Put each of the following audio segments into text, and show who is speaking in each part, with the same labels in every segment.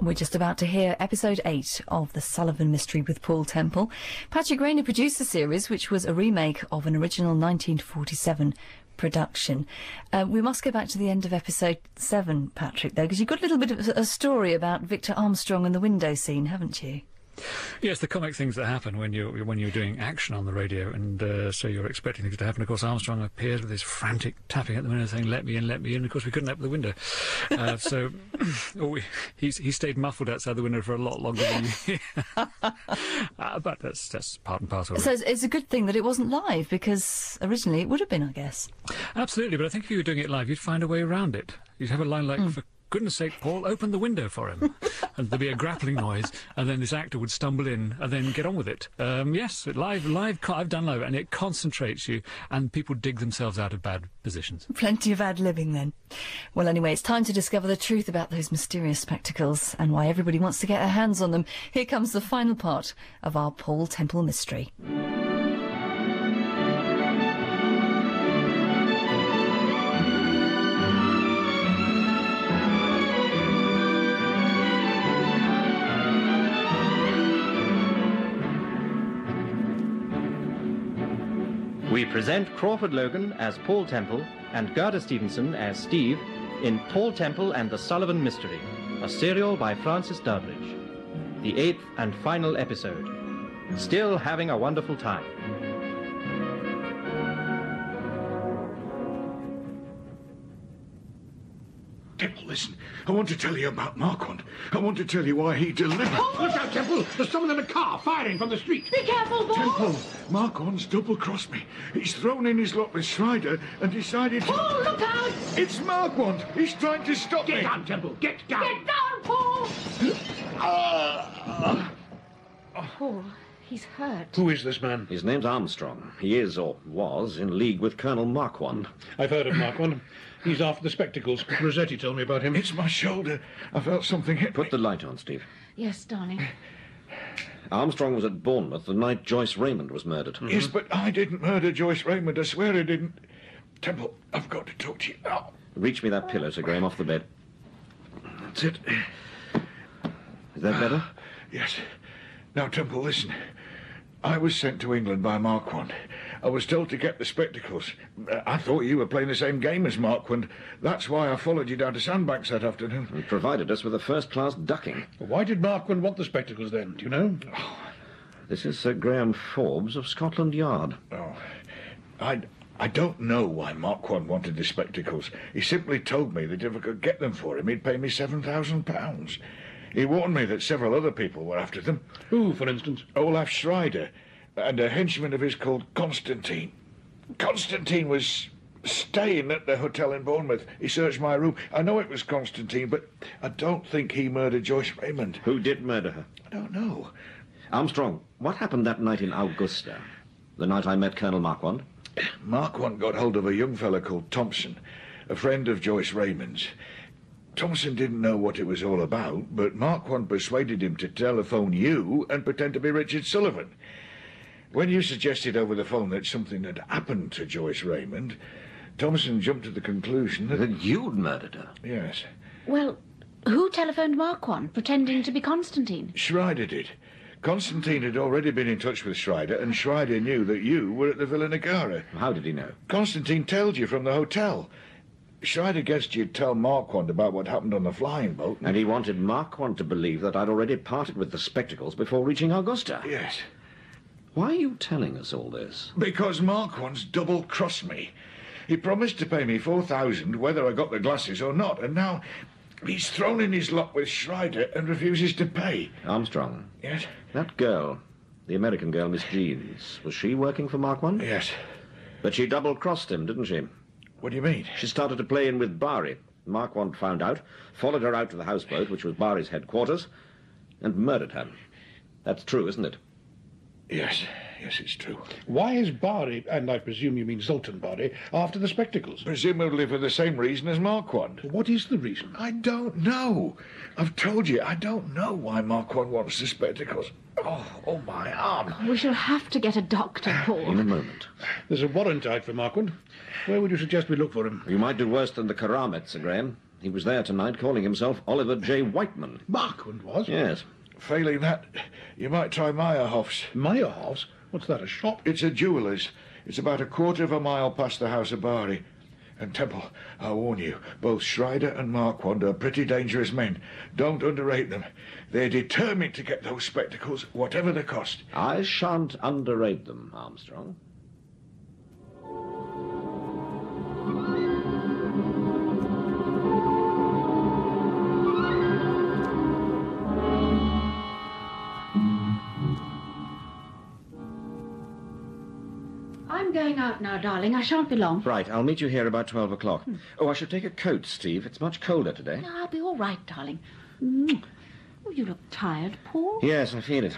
Speaker 1: We're just about to hear episode 8 of The Sullivan Mystery with Paul Temple. Patrick Rayner produced the series, which was a remake of an original 1947 production. Uh, we must go back to the end of episode 7, Patrick, though, because you've got a little bit of a story about Victor Armstrong and the window scene, haven't you?
Speaker 2: Yes, the comic things that happen when you're when you're doing action on the radio, and uh, so you're expecting things to happen. Of course, Armstrong appears with his frantic tapping at the window, saying "Let me in, let me in." Of course, we couldn't open the window, uh, so oh, we, he's, he stayed muffled outside the window for a lot longer than you. uh, but that's that's part and parcel.
Speaker 1: So it's, it's a good thing that it wasn't live because originally it would have been, I guess.
Speaker 2: Absolutely, but I think if you were doing it live, you'd find a way around it. You'd have a line like. For goodness sake, Paul, open the window for him. and there'd be a grappling noise, and then this actor would stumble in and then get on with it. Um, yes, live, live, co- I've done live, and it concentrates you, and people dig themselves out of bad positions.
Speaker 1: Plenty of ad libbing then. Well, anyway, it's time to discover the truth about those mysterious spectacles and why everybody wants to get their hands on them. Here comes the final part of our Paul Temple mystery.
Speaker 3: We present Crawford Logan as Paul Temple and Gerda Stevenson as Steve in Paul Temple and the Sullivan Mystery, a serial by Francis Durbridge. The eighth and final episode. Still having a wonderful time.
Speaker 4: Temple, listen. I want to tell you about Marquand. I want to tell you why he delivered. Oh, Watch out, Temple! There's someone in a car firing from the street.
Speaker 5: Be careful, Paul!
Speaker 4: Temple, Marquand's double-crossed me. He's thrown in his lot with Schreider and decided to...
Speaker 5: Paul, Oh, look out!
Speaker 4: It's Marquand! He's trying to stop
Speaker 6: Get
Speaker 4: me!
Speaker 6: down, Temple! Get down!
Speaker 5: Get down, Paul! Paul, Oh, he's hurt.
Speaker 4: Who is this man?
Speaker 7: His name's Armstrong. He is, or was, in league with Colonel Marquand.
Speaker 8: I've heard of Marquand. He's after the spectacles. Rossetti told me about him.
Speaker 4: It's my shoulder. I felt something hit
Speaker 7: Put
Speaker 4: me.
Speaker 7: the light on, Steve.
Speaker 5: Yes, darling.
Speaker 7: Armstrong was at Bournemouth the night Joyce Raymond was murdered.
Speaker 4: Yes, but I didn't murder Joyce Raymond. I swear I didn't. Temple, I've got to talk to you. Oh,
Speaker 7: Reach me that pillow, Sir Graham, off the bed.
Speaker 4: that's it.
Speaker 7: Is that better?
Speaker 4: Yes. Now, Temple, listen. I was sent to England by Marquand. I was told to get the spectacles. Uh, I thought you were playing the same game as Marquand. That's why I followed you down to Sandbanks that afternoon.
Speaker 7: He provided us with a first-class ducking.
Speaker 8: Why did Marquand want the spectacles then? Do you know?
Speaker 7: This is Sir Graham Forbes of Scotland Yard.
Speaker 4: Oh, I, I don't know why Marquand wanted the spectacles. He simply told me that if I could get them for him, he'd pay me £7,000. He warned me that several other people were after them.
Speaker 8: Who, for instance?
Speaker 4: Olaf Schreider and a henchman of his called Constantine. Constantine was staying at the hotel in Bournemouth. He searched my room. I know it was Constantine, but I don't think he murdered Joyce Raymond.
Speaker 7: Who did murder her?
Speaker 4: I don't know.
Speaker 7: Armstrong, what happened that night in Augusta? The night I met Colonel Marquand?
Speaker 4: Mark one got hold of a young fellow called Thompson, a friend of Joyce Raymond's. Thompson didn't know what it was all about, but Mark one persuaded him to telephone you and pretend to be Richard Sullivan. When you suggested over the phone that something had happened to Joyce Raymond, Thompson jumped to the conclusion that.
Speaker 7: That you'd murdered her?
Speaker 4: Yes,
Speaker 5: Well, who telephoned Marquand pretending to be Constantine?
Speaker 4: Schreider did. Constantine had already been in touch with Schreider, and Schreider knew that you were at the Villa Nagara.
Speaker 7: How did he know?
Speaker 4: Constantine told you from the hotel. Schreider guessed you'd tell Marquand about what happened on the flying boat.
Speaker 7: And he wanted Marquand to believe that I'd already parted with the spectacles before reaching Augusta.
Speaker 4: Yes.
Speaker 7: Why are you telling us all this?
Speaker 4: Because Marquand's double crossed me. He promised to pay me 4,000 whether I got the glasses or not, and now he's thrown in his lot with Schreider and refuses to pay.
Speaker 7: Armstrong,
Speaker 4: Yes?
Speaker 7: That girl, the American girl, Miss Jeans, was she working for Marquand?
Speaker 4: Yes.
Speaker 7: But she double crossed him, didn't she?
Speaker 4: What do you mean?
Speaker 7: She started to play in with Bari. Marquand found out, followed her out to the houseboat, which was Bari's headquarters, and murdered her. That's true, isn't it?
Speaker 4: Yes. Yes, it's true.
Speaker 8: Why is Bari, and I presume you mean Zoltan Bari, after the spectacles?
Speaker 4: Presumably for the same reason as Marquand.
Speaker 8: What is the reason?
Speaker 4: I don't know. I've told you, I don't know why Marquand wants the spectacles. Oh, oh, my arm.
Speaker 5: We shall have to get a doctor,
Speaker 7: In a
Speaker 5: Paul.
Speaker 7: moment.
Speaker 8: There's a warrant out for Marquand. Where would you suggest we look for him?
Speaker 7: You might do worse than the Karamet, Sir Graham. He was there tonight calling himself Oliver J. Whiteman.
Speaker 8: Marquand was?
Speaker 7: Yes.
Speaker 4: Failing that, you might try Meyerhoff's.
Speaker 8: Meyerhoff's? What's that, a shop?
Speaker 4: It's a jeweller's. It's about a quarter of a mile past the house of Bari. And Temple, I warn you, both Schreider and Marquand are pretty dangerous men. Don't underrate them. They're determined to get those spectacles, whatever the cost.
Speaker 7: I shan't underrate them, Armstrong.
Speaker 9: I'm going out now, darling. I shan't be long.
Speaker 7: Right, I'll meet you here about 12 o'clock. Oh, I should take a coat, Steve. It's much colder today.
Speaker 9: No, I'll be all right, darling. Mm. Oh, you look tired, Paul.
Speaker 7: Yes, I feel it.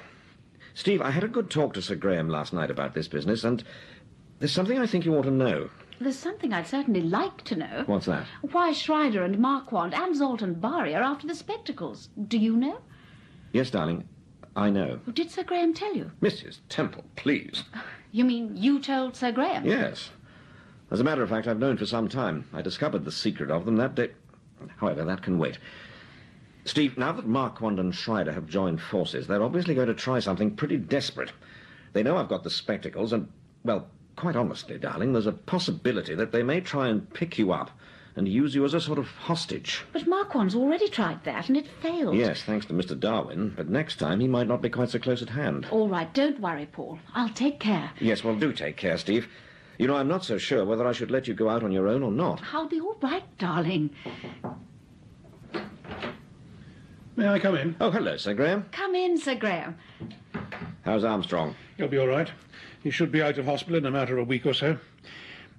Speaker 7: Steve, I had a good talk to Sir Graham last night about this business, and there's something I think you ought to know.
Speaker 9: There's something I'd certainly like to know.
Speaker 7: What's that?
Speaker 9: Why Schreider and Marquand and Zoltan Bari are after the spectacles. Do you know?
Speaker 7: Yes, darling, I know.
Speaker 9: Or did Sir Graham tell you?
Speaker 7: Mrs. Temple, please.
Speaker 9: You mean you told Sir Graham?
Speaker 7: Yes. As a matter of fact, I've known for some time. I discovered the secret of them that day. However, that can wait. Steve, now that Marquand and Schreider have joined forces, they're obviously going to try something pretty desperate. They know I've got the spectacles, and, well, quite honestly, darling, there's a possibility that they may try and pick you up and use you as a sort of hostage.
Speaker 9: But Marquand's already tried that and it failed.
Speaker 7: Yes, thanks to Mr. Darwin, but next time he might not be quite so close at hand.
Speaker 9: All right, don't worry, Paul. I'll take care.
Speaker 7: Yes, well, do take care, Steve. You know, I'm not so sure whether I should let you go out on your own or not.
Speaker 9: I'll be all right, darling.
Speaker 8: May I come in?
Speaker 7: Oh, hello, Sir Graham.
Speaker 9: Come in, Sir Graham.
Speaker 7: How's Armstrong?
Speaker 8: He'll be all right. He should be out of hospital in a matter of a week or so.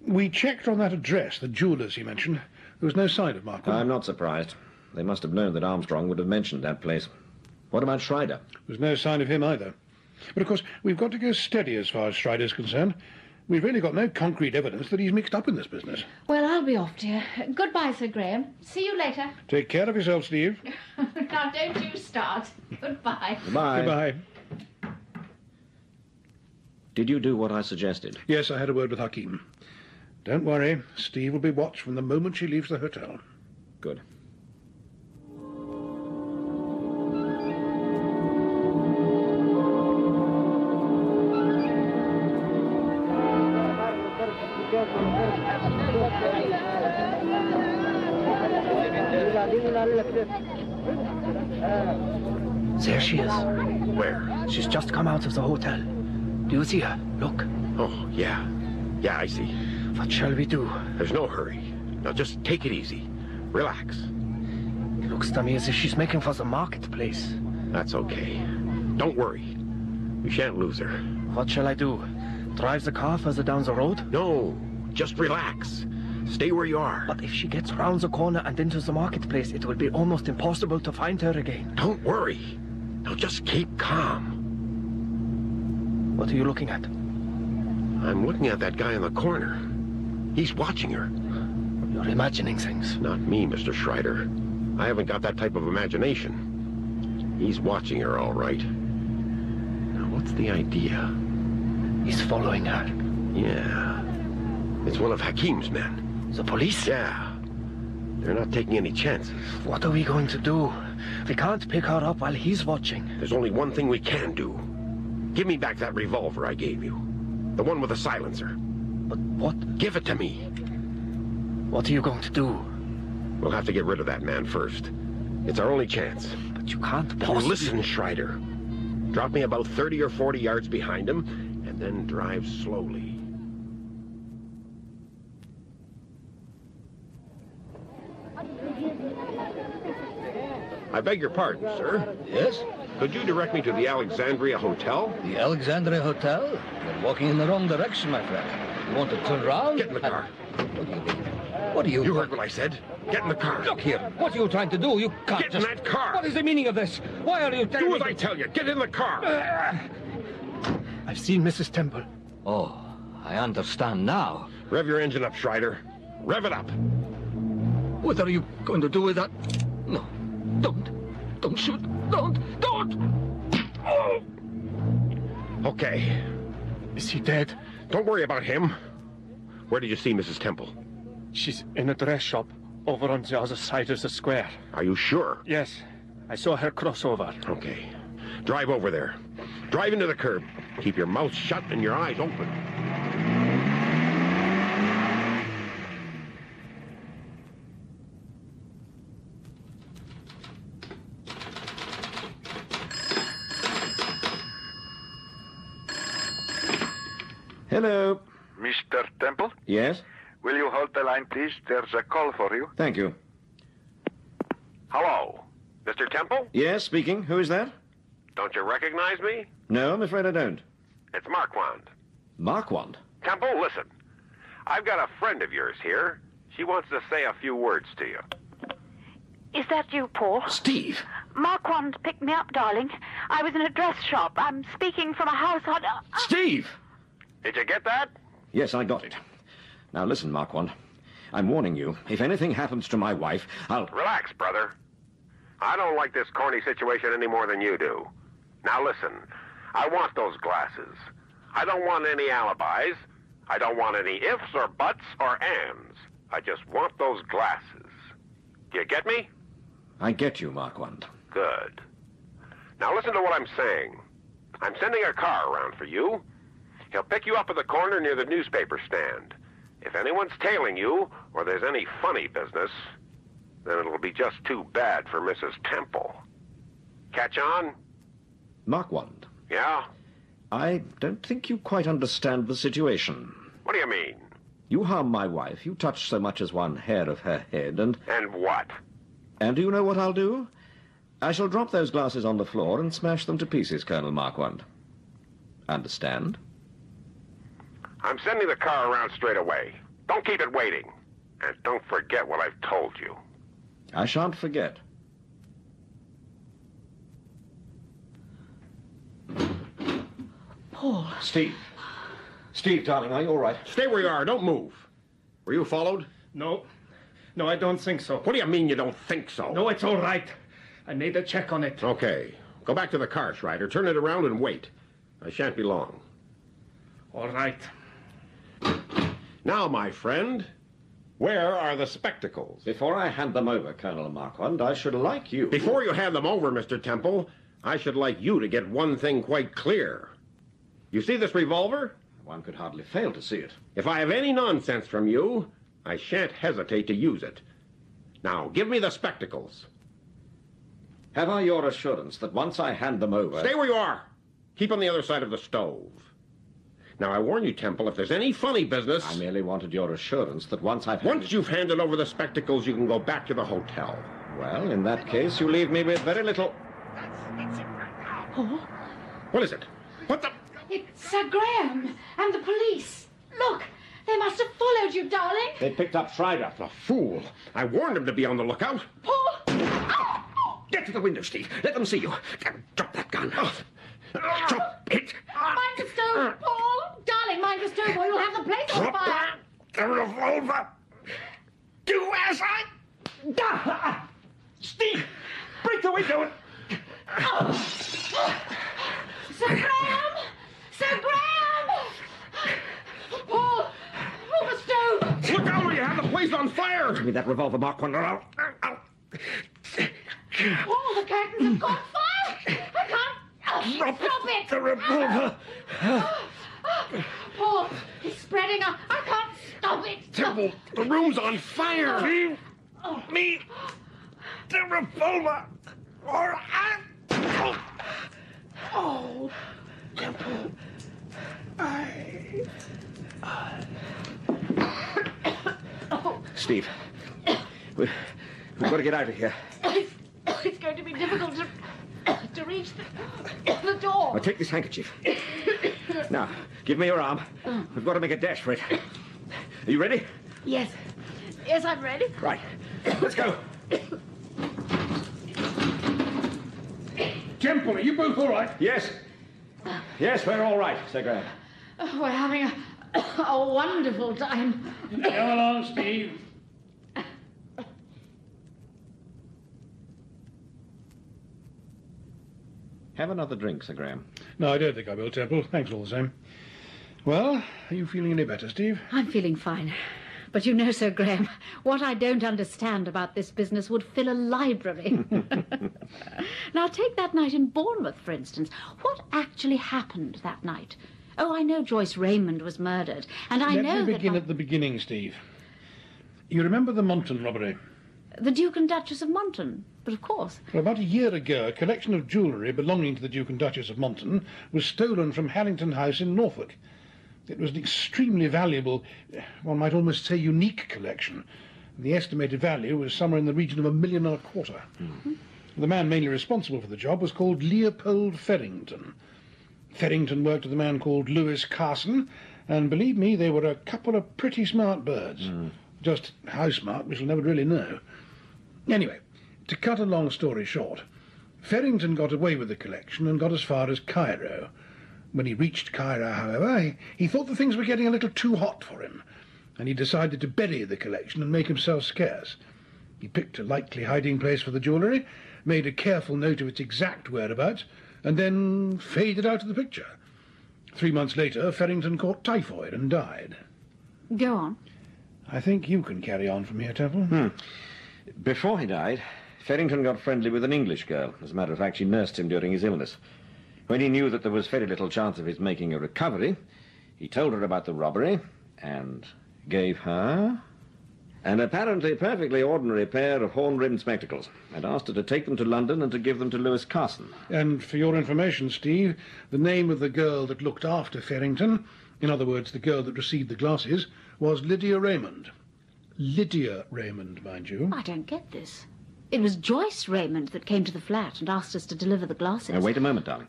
Speaker 8: We checked on that address, the jeweller's he mentioned. There was no sign of Marquand.
Speaker 7: I'm not surprised. They must have known that Armstrong would have mentioned that place. What about Schreider?
Speaker 8: There was no sign of him either. But of course, we've got to go steady as far as Strider's concerned. We've really got no concrete evidence that he's mixed up in this business.
Speaker 9: Well, I'll be off, dear. Goodbye, Sir Graham. See you later.
Speaker 8: Take care of yourself, Steve.
Speaker 9: now, don't you start. Goodbye.
Speaker 7: Goodbye.
Speaker 8: Goodbye.
Speaker 7: Did you do what I suggested?
Speaker 8: Yes, I had a word with Hakim. Don't worry, Steve will be watched from the moment she leaves the hotel.
Speaker 7: Good.
Speaker 10: There she is. Where? She's just come out of the hotel. Do you see her? Look.
Speaker 11: Oh, yeah. Yeah, I see.
Speaker 10: What shall we do?
Speaker 11: There's no hurry. Now just take it easy. Relax.
Speaker 10: It looks to me as if she's making for the marketplace.
Speaker 11: That's okay. Don't worry. We shan't lose her.
Speaker 10: What shall I do? Drive the car further down the road?
Speaker 11: No, just relax. Stay where you are.
Speaker 10: But if she gets round the corner and into the marketplace, it will be almost impossible to find her again.
Speaker 11: Don't worry. Now just keep calm.
Speaker 10: What are you looking at?
Speaker 11: I'm looking at that guy in the corner. He's watching her.
Speaker 10: You're imagining things.
Speaker 11: Not me, Mr. Schreider. I haven't got that type of imagination. He's watching her, all right. Now, what's the idea?
Speaker 10: He's following her.
Speaker 11: Yeah. It's one of Hakim's men.
Speaker 10: The police?
Speaker 11: Yeah. They're not taking any chances.
Speaker 10: What are we going to do? We can't pick her up while he's watching.
Speaker 11: There's only one thing we can do. Give me back that revolver I gave you. The one with the silencer.
Speaker 10: But what?
Speaker 11: Give it to me.
Speaker 10: What are you going to do?
Speaker 11: We'll have to get rid of that man first. It's our only chance.
Speaker 10: But you can't
Speaker 11: Now
Speaker 10: possibly...
Speaker 11: listen, Schreider. Drop me about 30 or 40 yards behind him, and then drive slowly. I beg your pardon, sir.
Speaker 5: Yes?
Speaker 11: Could you direct me to the Alexandria Hotel?
Speaker 5: The Alexandria Hotel? You're walking in the wrong direction, my friend. You want to turn round?
Speaker 11: Get in the car.
Speaker 5: What are you...
Speaker 11: You heard what I said. Get in the car.
Speaker 5: Look here. What are you trying to do? You can't
Speaker 11: Get in
Speaker 5: just...
Speaker 11: that car.
Speaker 5: What is the meaning of this? Why are you telling me
Speaker 11: Do
Speaker 5: Uh,
Speaker 11: as I
Speaker 5: to-
Speaker 11: tell you. Get in the car.
Speaker 10: I've seen Mrs. Temple.
Speaker 5: Oh, I understand now.
Speaker 11: Rev your engine up, Schreider. Rev it up.
Speaker 5: What are you going to do with that? No. Don't. Don't shoot. Don't. Don't!
Speaker 11: Okay.
Speaker 10: Is he dead?
Speaker 11: Don't worry about him. Where did you see Mrs. Temple?
Speaker 10: She's in a dress shop,
Speaker 12: Over on the other side of the square.
Speaker 13: Are you sure?
Speaker 12: Yes. I saw her cross over.
Speaker 13: Okay. Drive over there. Drive into the curb. Keep your mouth shut and your eyes open.
Speaker 7: Hello.
Speaker 4: Mr. Temple,
Speaker 7: Yes?
Speaker 4: will you hold the line, please? There's a call for you.
Speaker 7: Thank you.
Speaker 13: Hello, Mr. Temple?
Speaker 7: Yes, speaking. Who is that?
Speaker 13: Don't you recognize me?
Speaker 7: No, I'm afraid I don't.
Speaker 13: It's Marquand.
Speaker 7: Marquand?
Speaker 13: Temple, listen. I've got a friend of yours here. She wants to say a few words to you.
Speaker 9: Is that you, Paul?
Speaker 7: Steve.
Speaker 9: Marquand picked me up, darling. I was in a dress shop. I'm speaking from a house on. uh,
Speaker 7: Steve!
Speaker 13: Ah. Did you get that?
Speaker 7: Yes, I got it. Now listen, Marquand. I'm warning you. If anything happens to my wife, I'll.
Speaker 13: Relax, brother. I don't like this corny situation any more than you do. Now listen, I want those glasses. I don't want any alibis. I don't want any ifs or buts or ands. I just want those glasses. Do you get me?
Speaker 7: I get you, Marquand.
Speaker 13: Good. Now listen to what I'm saying. I'm sending a car around for you. He'll pick you up at the corner near the newspaper stand. If anyone's tailing you, or there's any funny business, then it'll be just too bad for Mrs. Temple. Catch on?
Speaker 7: Marquand,
Speaker 13: Yeah?
Speaker 7: I don't think you quite understand the situation.
Speaker 13: What do you mean?
Speaker 7: You harm my wife. You touch so much as one hair of her head, and.
Speaker 13: And what?
Speaker 7: And do you know what I'll do? I shall drop those glasses on the floor and smash them to pieces, Colonel Marquand. Understand?
Speaker 13: I'm sending the car around straight away. Don't keep it waiting. And don't forget what I've told you.
Speaker 7: I shan't forget.
Speaker 9: Paul.
Speaker 7: Steve. Steve, darling, are you all right?
Speaker 14: Stay where you are. Don't move.
Speaker 7: Were you followed?
Speaker 14: No. No, I don't think so.
Speaker 13: What do you mean you don't think so?
Speaker 14: No, it's all right. I made a check on it.
Speaker 13: Okay. Go back to the car, Schreider. Turn it around and wait. I shan't be long.
Speaker 14: All right.
Speaker 13: Now, my friend, where are the spectacles?
Speaker 7: Before I hand them over, Colonel Marquand, I should like you.
Speaker 13: Before you hand them over, Mr. Temple, I should like you to get one thing quite clear. You see this revolver?
Speaker 7: One could hardly fail to see it.
Speaker 13: If I have any nonsense from you, I shan't hesitate to use it. Now, give me the spectacles.
Speaker 7: Have I your assurance that once I hand them over.
Speaker 13: Stay where you are. Keep on the other side of the stove. Now, I warn you, Temple, if there's any funny business. I
Speaker 7: merely wanted your assurance that once I've.
Speaker 13: Once you've handed over the spectacles, you can go back to the hotel.
Speaker 7: Well, in that case, you leave me with very little.
Speaker 5: Paul?
Speaker 13: What is it? What the?
Speaker 5: Oh, It's Sir Graham and the police. Look, they must have followed you, darling.
Speaker 7: They picked up Schreider.
Speaker 13: The fool. I warned him to be on the lookout.
Speaker 5: Paul!
Speaker 11: Get to the window, Steve. Let them see you. Drop that gun.
Speaker 13: Oh,
Speaker 11: Drop it.
Speaker 5: Mind the stove, Paul! Darling, mind the stove or you'll have the place on fire.
Speaker 11: The revolver. Do as I. Ah! Steve, break the window and.
Speaker 5: Sir Graham! Sir Graham! Paul! Move the stove!
Speaker 11: Look out, or you have the place on fire.
Speaker 7: Give me that revolver, Marquand, or I'll.
Speaker 5: Paul, the curtains have caught fire! I can't... Oh,
Speaker 11: Drop
Speaker 5: stop it!
Speaker 11: The revolver.
Speaker 5: Paul, it's spreading. I, I can't stop it.
Speaker 11: Temple, the room's on fire. Leave me the revolver, or I.
Speaker 5: Oh,
Speaker 11: Temple.
Speaker 7: Steve. we- We've got to get out of here.
Speaker 5: it's, it's going to be difficult to, to reach the, the door.
Speaker 7: Now, take this handkerchief. Now, give me your arm. We've got to make a dash for it. Are you ready?
Speaker 5: Yes. Yes, I'm ready.
Speaker 7: Right. Let's go.
Speaker 8: Temple, are you both all right?
Speaker 7: Yes. Yes, we're all right, Sir Graham.
Speaker 5: Oh, we're having a, a wonderful time.
Speaker 8: Come along, Steve.
Speaker 7: Have another drink, Sir Graham.
Speaker 8: No, I don't think I will, Temple. Thanks all the same. Well, are you feeling any better, Steve?
Speaker 5: I'm feeling fine.
Speaker 9: But you know, Sir Graham, what I don't understand about this business would fill a library. now, take that night in Bournemouth, for instance. What actually happened that night? Oh, I know Joyce Raymond was murdered, and I
Speaker 8: Let
Speaker 9: know
Speaker 8: me
Speaker 9: that
Speaker 8: begin at the beginning, Steve. You remember the Monton robbery?
Speaker 9: the Duke and Duchess of Monton. But of course,
Speaker 8: Well, about a year ago, a collection of jewellery belonging to the Duke and Duchess of Monton was stolen from Harrington House in Norfolk. It was an extremely valuable, eh, one might almost say unique collection. The estimated value was somewhere in the region of a million and a quarter. The man mainly responsible for the job was called Leopold Ferrington. Ferrington worked with a man called Lewis Carson, and believe me, they were a couple of pretty smart birds. Just how smart, we shall never really know. Anyway, to cut a long story short, Ferrington got away with the collection and got as far as Cairo. When he reached Cairo, however, he, he thought the things were getting a little too hot for him, and he decided to bury the collection and make himself scarce. He picked a likely hiding place for the jewellery, made a careful note of its exact whereabouts, and then faded out of the picture. Three months later, Ferrington caught typhoid and died.
Speaker 9: go on.
Speaker 8: I think you can carry on from here, Temple.
Speaker 7: Before he died, Ferrington got friendly with an English girl. As a matter of fact, she nursed him during his illness. When he knew that there was very little chance of his making a recovery, he told her about the robbery and gave her an apparently perfectly ordinary pair of horn rimmed spectacles and asked her to take them to London and to give them to Lewis Carson.
Speaker 8: And for your information, Steve, the name of the girl that looked after Ferrington, in other words, the girl that received the glasses, was Lydia Raymond. Lydia Raymond, mind you.
Speaker 9: I don't get this. It was Joyce Raymond that came to the flat and asked us to deliver the glasses.
Speaker 7: Now, wait a moment, darling.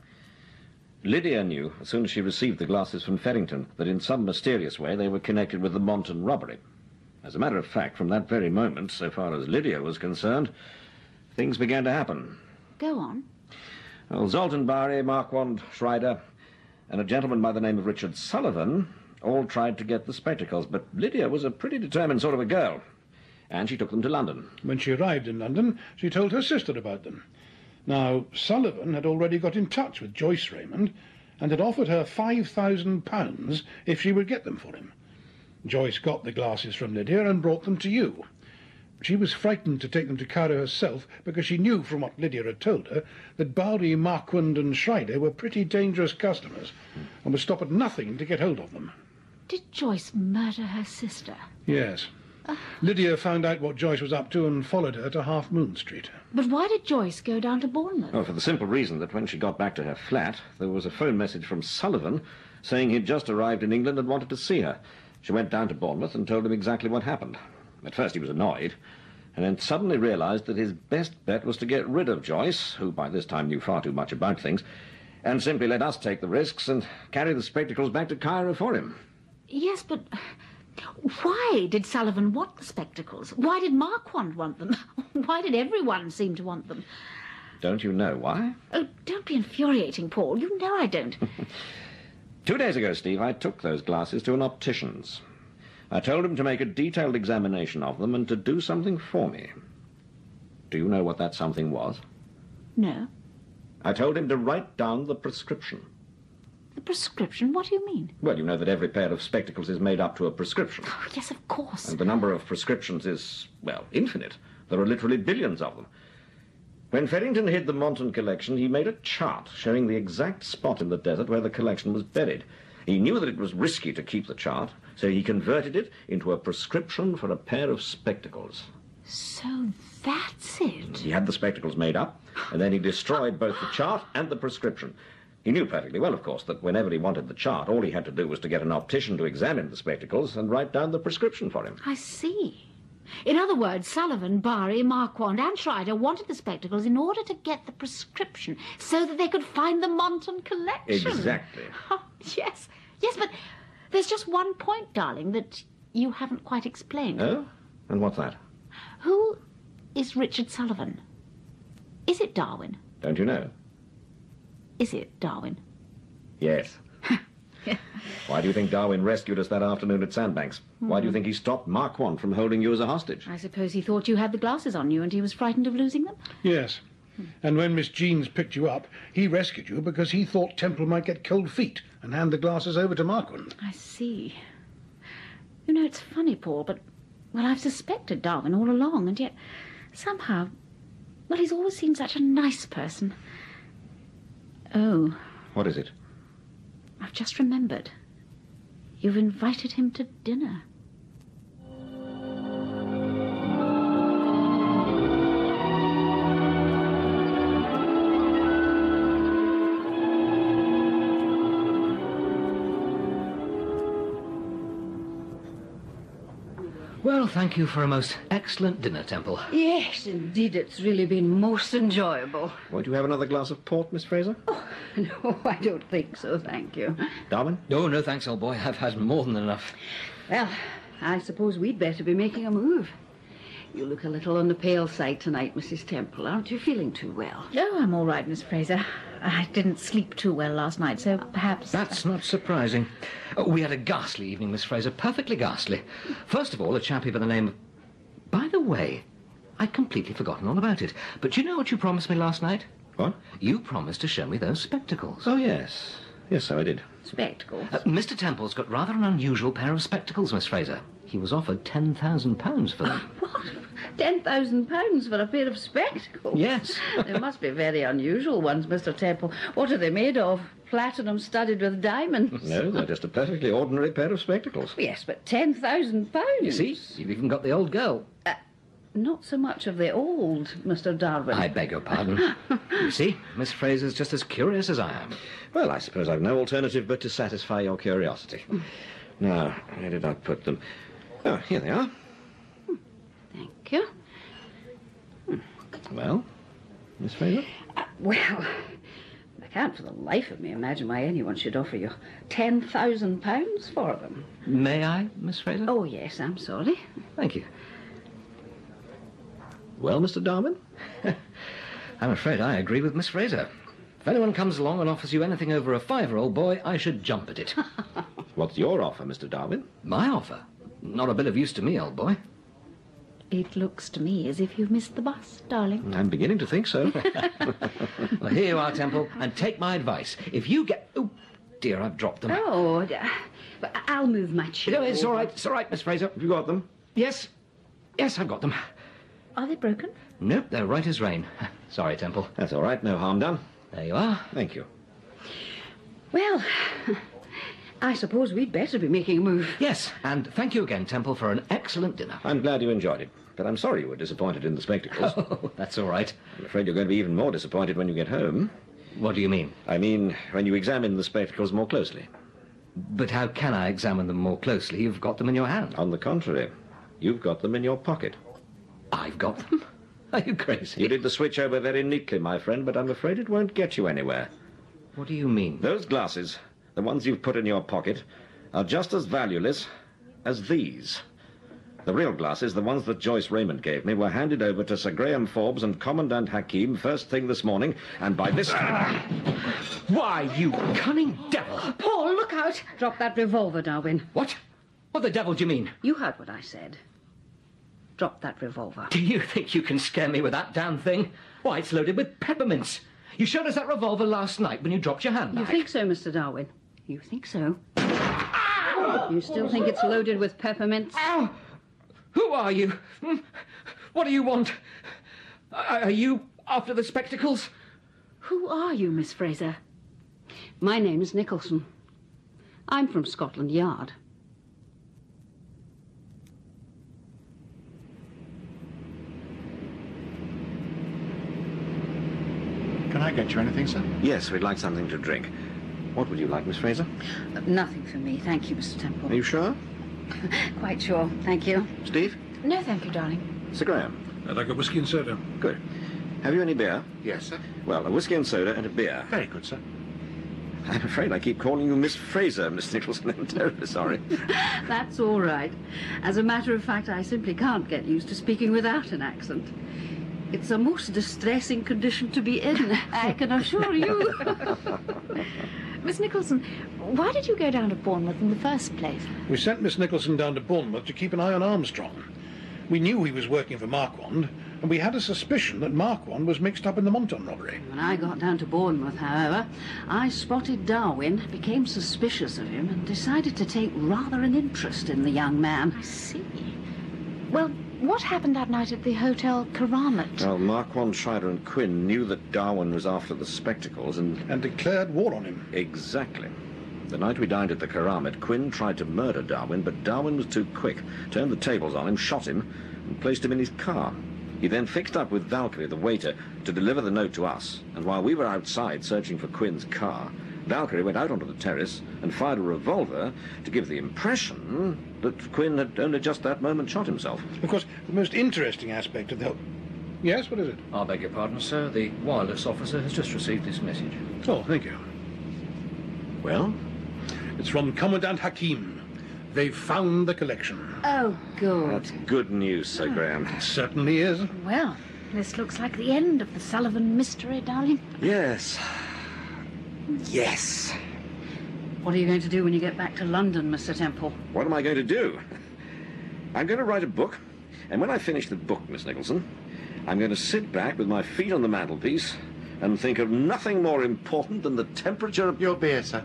Speaker 7: Lydia knew, as soon as she received the glasses from Ferrington, that in some mysterious way they were connected with the Monton robbery. As a matter of fact, from that very moment, so far as Lydia was concerned, things began to happen.
Speaker 9: Go on.
Speaker 7: Well, Zoltenbari, Marquand, Schreider, and a gentleman by the name of Richard Sullivan all tried to get the spectacles, but Lydia was a pretty determined sort of a girl, and she took them to London.
Speaker 8: When she arrived in London, she told her sister about them. Now, Sullivan had already got in touch with Joyce Raymond and had offered her £5,000 if she would get them for him. Joyce got the glasses from Lydia and brought them to you. She was frightened to take them to Cairo herself because she knew from what Lydia had told her that Bowdy, Marquand, and Schreider were pretty dangerous customers and would stop at nothing to get hold of them.
Speaker 9: Did Joyce murder her sister?
Speaker 8: Yes. Lydia found out what Joyce was up to and followed her to Half Moon Street.
Speaker 9: But why did Joyce go down to Bournemouth?
Speaker 7: Well, for the simple reason that when she got back to her flat, there was a phone message from Sullivan saying he'd just arrived in England and wanted to see her. She went down to Bournemouth and told him exactly what happened. At first, he was annoyed, and then suddenly realized that his best bet was to get rid of Joyce, who by this time knew far too much about things, and simply let us take the risks and carry the spectacles back to Cairo for him.
Speaker 9: Yes, but why did Sullivan want the spectacles? Why did Marquand want them? Why did everyone seem to want them?
Speaker 7: Don't you know why?
Speaker 9: Oh, don't be infuriating, Paul. You know I don't.
Speaker 7: Two days ago, Steve, I took those glasses to an optician's. I told him to make a detailed examination of them and to do something for me. Do you know what that something was?
Speaker 9: No.
Speaker 7: I told him to write down the prescription.
Speaker 9: The prescription? What do you mean?
Speaker 7: Well, you know that every pair of spectacles is made up to a prescription.
Speaker 9: Oh, yes, of course.
Speaker 7: And the number of prescriptions is, well, infinite. There are literally billions of them. When Ferrington hid the Monton collection, he made a chart showing the exact spot in the desert where the collection was buried. He knew that it was risky to keep the chart, so he converted it into a prescription for a pair of spectacles.
Speaker 9: So that's it.
Speaker 7: He had the spectacles made up, and then he destroyed both the chart and the prescription. He knew perfectly well, of course, that whenever he wanted the chart, all he had to do was to get an optician to examine the spectacles and write down the prescription for him.
Speaker 9: I see. In other words, Sullivan, Bari, Marquand, and Schreider wanted the spectacles in order to get the prescription so that they could find the Monton collection.
Speaker 7: Exactly.
Speaker 9: Oh, yes, yes, but there's just one point, darling, that you haven't quite explained.
Speaker 7: Oh? And what's that?
Speaker 9: Who is Richard Sullivan? Is it Darwin?
Speaker 7: Don't you know?
Speaker 9: Is it Darwin?
Speaker 7: Yes. Why do you think Darwin rescued us that afternoon at Sandbanks? Why do you
Speaker 9: Hmm.
Speaker 7: think he stopped Marquand from holding you as a hostage?
Speaker 9: I suppose he thought you had the glasses on you and he was frightened of losing them.
Speaker 8: Yes. And when Miss Jeans picked you up, he rescued you because he thought Temple might get cold feet and hand the glasses over to Marquand.
Speaker 9: I see. You know, it's funny, Paul, but Well, I've suspected Darwin all along, and yet somehow. Well, he's always seemed such a nice person. Oh,
Speaker 7: What is it?
Speaker 9: I've just remembered. You've invited him to dinner.
Speaker 15: Well, thank you for a most excellent dinner, Temple.
Speaker 16: Yes, indeed, it's really been most enjoyable. Oh,
Speaker 7: Won't you have another glass of port, Miss Fraser?
Speaker 16: No, I don't think so, thank you.
Speaker 7: Darwin?
Speaker 15: No, no, thanks, old boy. I've had more than enough.
Speaker 16: Well, I suppose we'd better be making a move. You look a little on the pale side tonight, Mrs. Temple. Aren't you feeling too well?
Speaker 9: No, I'm all right, Miss Fraser. I didn't sleep too well last night, so perhaps.
Speaker 15: That's not surprising. Oh, we had a ghastly evening, Miss Fraser. Perfectly ghastly. First of all, a chappie by the name of. By the way, I'd completely forgotten all about it. But do you know what you promised me last night?
Speaker 7: What?
Speaker 15: You promised to show me those spectacles.
Speaker 7: Oh, yes. Yes, so I did.
Speaker 9: Spectacles?
Speaker 15: Uh, Mr. Temple's got rather an unusual pair of spectacles, Miss Fraser. He was offered £10,000 for them.
Speaker 16: Ten thousand pounds for a pair of spectacles?
Speaker 15: Yes.
Speaker 16: they must be very unusual ones, Mr. Temple. What are they made of? Platinum studded with diamonds?
Speaker 7: No, they're just a perfectly ordinary pair of spectacles.
Speaker 16: Yes, but ten thousand pounds.
Speaker 15: You see, you've even got the old girl.
Speaker 16: Oh, uh, Not so much of the old, Mr. Darwin.
Speaker 15: I beg your pardon. you see, Miss Fraser's just as curious as I am.
Speaker 7: Well, I suppose I've no alternative but to satisfy your curiosity.
Speaker 15: Hmm.
Speaker 7: Now, where did I put them? Oh, here they are.
Speaker 16: Thank you.
Speaker 15: Hmm.
Speaker 7: Well, Miss Fraser?
Speaker 16: Uh, Well, I can't for the life of me imagine why anyone should offer you ten thousand pounds for them.
Speaker 15: May I, Miss Fraser?
Speaker 16: Oh yes, I'm sorry.
Speaker 15: Thank you.
Speaker 7: Well, Mr. Darwin?
Speaker 15: I'm afraid I agree with Miss Fraser. If anyone comes along and offers you anything over a fiver, old boy, I should jump at it.
Speaker 7: What's your offer, Mr. Darwin?
Speaker 15: My offer? Not a bit of use to me, old boy.
Speaker 9: It looks to me as if you've missed the bus, darling.
Speaker 7: I'm beginning to think so.
Speaker 15: well, here you are, Temple, and take my advice. If you get. Oh, dear, I've dropped them.
Speaker 16: Oh, d- but I'll move my chair.
Speaker 15: No, it's all right. It's all right, Miss Fraser. Have you got them? Yes. Yes, I've got them.
Speaker 9: Are they broken?
Speaker 15: Nope, they're right as rain. Sorry, Temple.
Speaker 7: That's all right. No harm done.
Speaker 15: There you are.
Speaker 7: Thank you.
Speaker 16: Well, I suppose we'd better be making a move.
Speaker 15: Yes, and thank you again, Temple, for an excellent dinner.
Speaker 7: I'm glad you enjoyed it, but I'm sorry you were disappointed in the spectacles.
Speaker 15: Oh, that's all right.
Speaker 7: I'm afraid you're going to be even more disappointed when you get home.
Speaker 15: What do you mean?
Speaker 7: I mean, when you examine the spectacles more closely.
Speaker 15: But how can I examine them more closely? You've got them in your hand.
Speaker 7: On the contrary, you've got them in your pocket.
Speaker 15: I've got them. Are you crazy?
Speaker 7: You did the switch over very neatly, my friend, but I'm afraid it won't get you anywhere.
Speaker 15: What do you mean?
Speaker 7: Those glasses, the ones you've put in your pocket, are just as valueless as these. The real glasses, the ones that Joyce Raymond gave me, were handed over to Sir Graham Forbes and Commandant Hakim first thing this morning, and by this time.
Speaker 15: Why, you cunning devil!
Speaker 16: Paul, look out! Drop that revolver, Darwin.
Speaker 15: What? What the devil do you mean?
Speaker 16: You heard what I said. Drop that revolver.
Speaker 15: Do you think you can scare me with that damn thing? Why, it's loaded with peppermints. You showed us that revolver last night when you dropped your hand
Speaker 16: You
Speaker 15: back.
Speaker 16: think so, Mr. Darwin? You think so? You still think it's loaded with peppermints?
Speaker 15: Who are you? Hmm? What do you want? Are are you after the spectacles?
Speaker 16: Who are you, Miss Fraser? My name's Nicholson. I'm from Scotland Yard.
Speaker 17: Can I get you anything, sir?
Speaker 7: Yes, we'd like something to drink. What would you like, Miss Fraser?
Speaker 16: Uh, Nothing for me, thank you, Mr. Temple.
Speaker 7: Are you sure?
Speaker 16: Quite sure, thank you.
Speaker 7: Steve?
Speaker 9: No, thank you, darling.
Speaker 7: Sir Graham?
Speaker 17: I'd like a whisky and soda.
Speaker 7: Good. Have you any beer?
Speaker 17: Yes, sir.
Speaker 7: Well, a whisky and soda and a beer.
Speaker 17: Very good, sir.
Speaker 7: I'm afraid I keep calling you Miss Fraser, Miss Nicholson. I'm terribly sorry.
Speaker 16: That's all right. As a matter of fact, I simply can't get used to speaking without an accent. It's a most distressing condition to be in, I can assure you.
Speaker 9: Miss Nicholson, why did you go down to Bournemouth in the first place?
Speaker 8: We sent Miss Nicholson down to Bournemouth to keep an eye on Armstrong. We knew he was working for Marquand, and we had a suspicion that Marquand was mixed up in the Monton robbery.
Speaker 16: When I got down to Bournemouth, however, I spotted Darwin, became suspicious of him, and decided to take rather an interest in the young man. I see.
Speaker 9: Well, what happened that night at the Hotel Karamat?
Speaker 7: Well, Marquand, Schreider, and Quinn knew that Darwin was after the spectacles and.
Speaker 8: And declared war on him.
Speaker 7: Exactly. The night we dined at the Karamat, Quinn tried to murder Darwin, but Darwin was too quick, turned the tables on him, shot him, and placed him in his car. He then fixed up with Valkyrie, the waiter, to deliver the note to us, and while we were outside searching for Quinn's car, Valkyrie went out onto the terrace and fired a revolver to give the impression that Quinn had only just that moment shot himself.
Speaker 8: Of course, the most interesting aspect of the whole... Yes, what is it?
Speaker 15: I beg your pardon, sir. The wireless officer has just received this message.
Speaker 8: Oh, thank you.
Speaker 15: Well?
Speaker 8: It's from Commandant Hakim. They've found the collection.
Speaker 16: Oh, good.
Speaker 7: Good news, Sir Graham.
Speaker 8: It certainly is.
Speaker 9: Well, this looks like the end of the Sullivan mystery, darling.
Speaker 7: Yes. Yes.
Speaker 16: What are you going to do when you get back to London, Mr. Temple?
Speaker 7: What am I going to do? I'm going to write a book, and when I finish the book, Miss Nicholson, I'm going to sit back with my feet on the mantelpiece and think of nothing more important than the temperature of your beer, sir.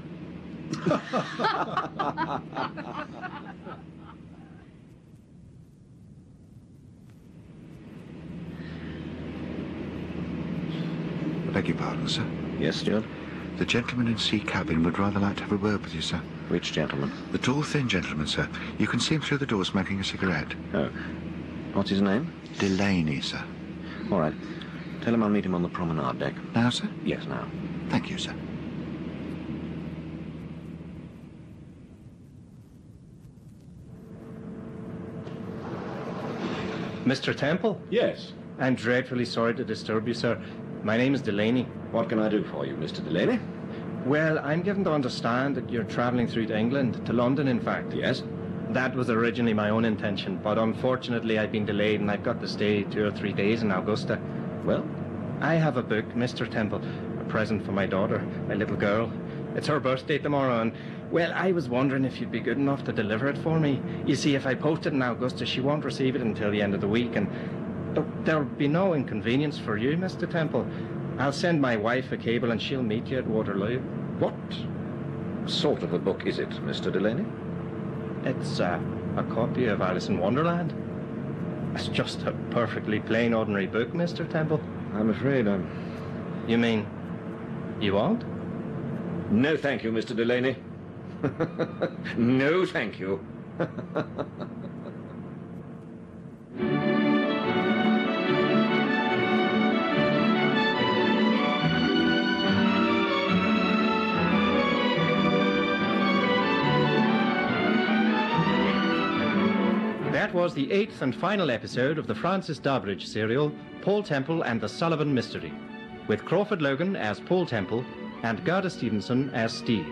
Speaker 17: Beg your pardon, sir.
Speaker 7: Yes, Stuart?
Speaker 17: The gentleman in C cabin would rather like to have a word with you, sir.
Speaker 7: Which gentleman?
Speaker 17: The tall, thin gentleman, sir. You can see him through the door smoking a cigarette.
Speaker 7: Oh. What's his name?
Speaker 17: Delaney, sir.
Speaker 7: All right. Tell him I'll meet him on the promenade deck.
Speaker 17: Now, sir?
Speaker 7: Yes, now.
Speaker 17: Thank you, sir.
Speaker 10: Mr. Temple?
Speaker 18: Yes.
Speaker 10: I'm dreadfully sorry to disturb you, sir. My name is Delaney.
Speaker 7: What can I do for you, Mr. Delaney?
Speaker 10: Well, I'm given to understand that you're travelling through to England, to London, in fact.
Speaker 7: Yes.
Speaker 10: That was originally my own intention, but unfortunately I've been delayed and I've got to stay two or three days in Augusta.
Speaker 7: Well?
Speaker 10: I have a book, Mr. Temple, a present for my daughter, my little girl. It's her birthday tomorrow, and, well, I was wondering if you'd be good enough to deliver it for me. You see, if I post it in Augusta, she won't receive it until the end of the week, and Look, there'll be no inconvenience for you, Mr. Temple. I'll send my wife a cable and she'll meet you at Waterloo.
Speaker 7: What sort of a book is it, Mr. Delaney?
Speaker 10: It's uh, a copy of Alice in Wonderland. It's just a perfectly plain, ordinary book, Mr. Temple.
Speaker 7: I'm afraid I'm.
Speaker 10: You mean you won't?
Speaker 7: No, thank you, Mr. Delaney. no, thank you.
Speaker 10: That was the eighth and final episode of the Francis Darbridge serial, Paul Temple and the Sullivan Mystery, with Crawford Logan as Paul Temple and Garda Stevenson as Steve.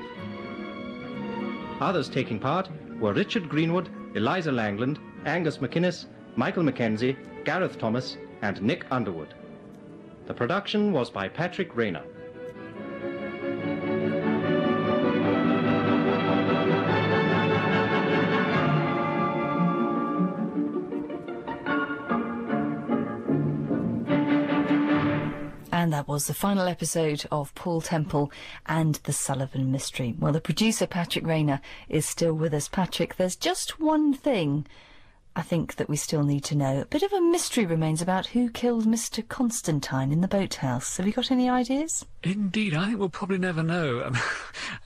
Speaker 10: Others taking part were Richard Greenwood, Eliza Langland, Angus McInnes, Michael Mackenzie, Gareth Thomas, and Nick Underwood. The production was by Patrick Rayner.
Speaker 1: And that was the final episode of Paul Temple and the Sullivan Mystery. Well, the producer, Patrick Rayner, is still with us. Patrick, there's just one thing I think that we still need to know. A bit of a mystery remains about who killed Mr. Constantine in the boathouse. Have you got any ideas?
Speaker 2: Indeed, I think we'll probably never know.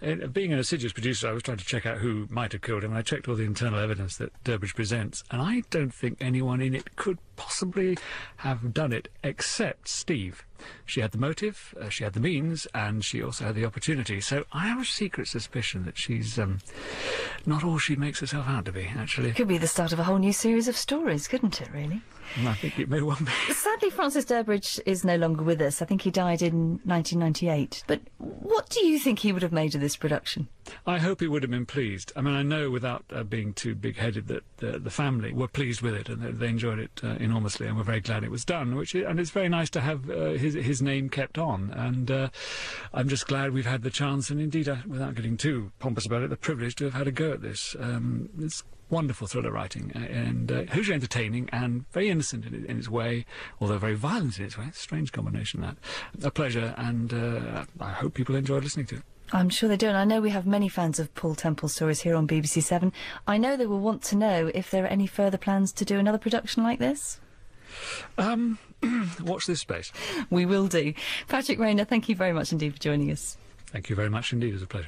Speaker 2: Um, eh, Being an assiduous producer, I was trying to check out who might have killed him, and I checked all the internal evidence that Durbridge presents, and I don't think anyone in it could possibly have done it except Steve. She had the motive, uh, she had the means, and she also had the opportunity. So I have a secret suspicion that she's um, not all she makes herself out to be, actually.
Speaker 1: It could be the start of a whole new series of stories, couldn't it, really?
Speaker 2: And I think it may well be.
Speaker 1: Sadly, Francis Durbridge is no longer with us. I think he died in 1998. But what do you think he would have made of this production?
Speaker 2: I hope he would have been pleased. I mean, I know without uh, being too big headed that uh, the family were pleased with it and that they enjoyed it uh, enormously and were very glad it was done, which i- and it's very nice to have uh, his, his name kept on. And uh, I'm just glad we've had the chance, and indeed, I, without getting too pompous about it, the privilege to have had a go at this. Um, it's wonderful thriller writing uh, and uh, hugely entertaining and very innocent in, in its way, although very violent in its way. Strange combination, that. A pleasure, and uh, I hope people enjoyed listening to it.
Speaker 1: I'm sure they don't. I know we have many fans of Paul Temple stories here on BBC Seven. I know they will want to know if there are any further plans to do another production like this.
Speaker 2: Um, watch this space.
Speaker 1: We will do. Patrick Rayner, thank you very much indeed for joining us.
Speaker 2: Thank you very much indeed. It was a pleasure.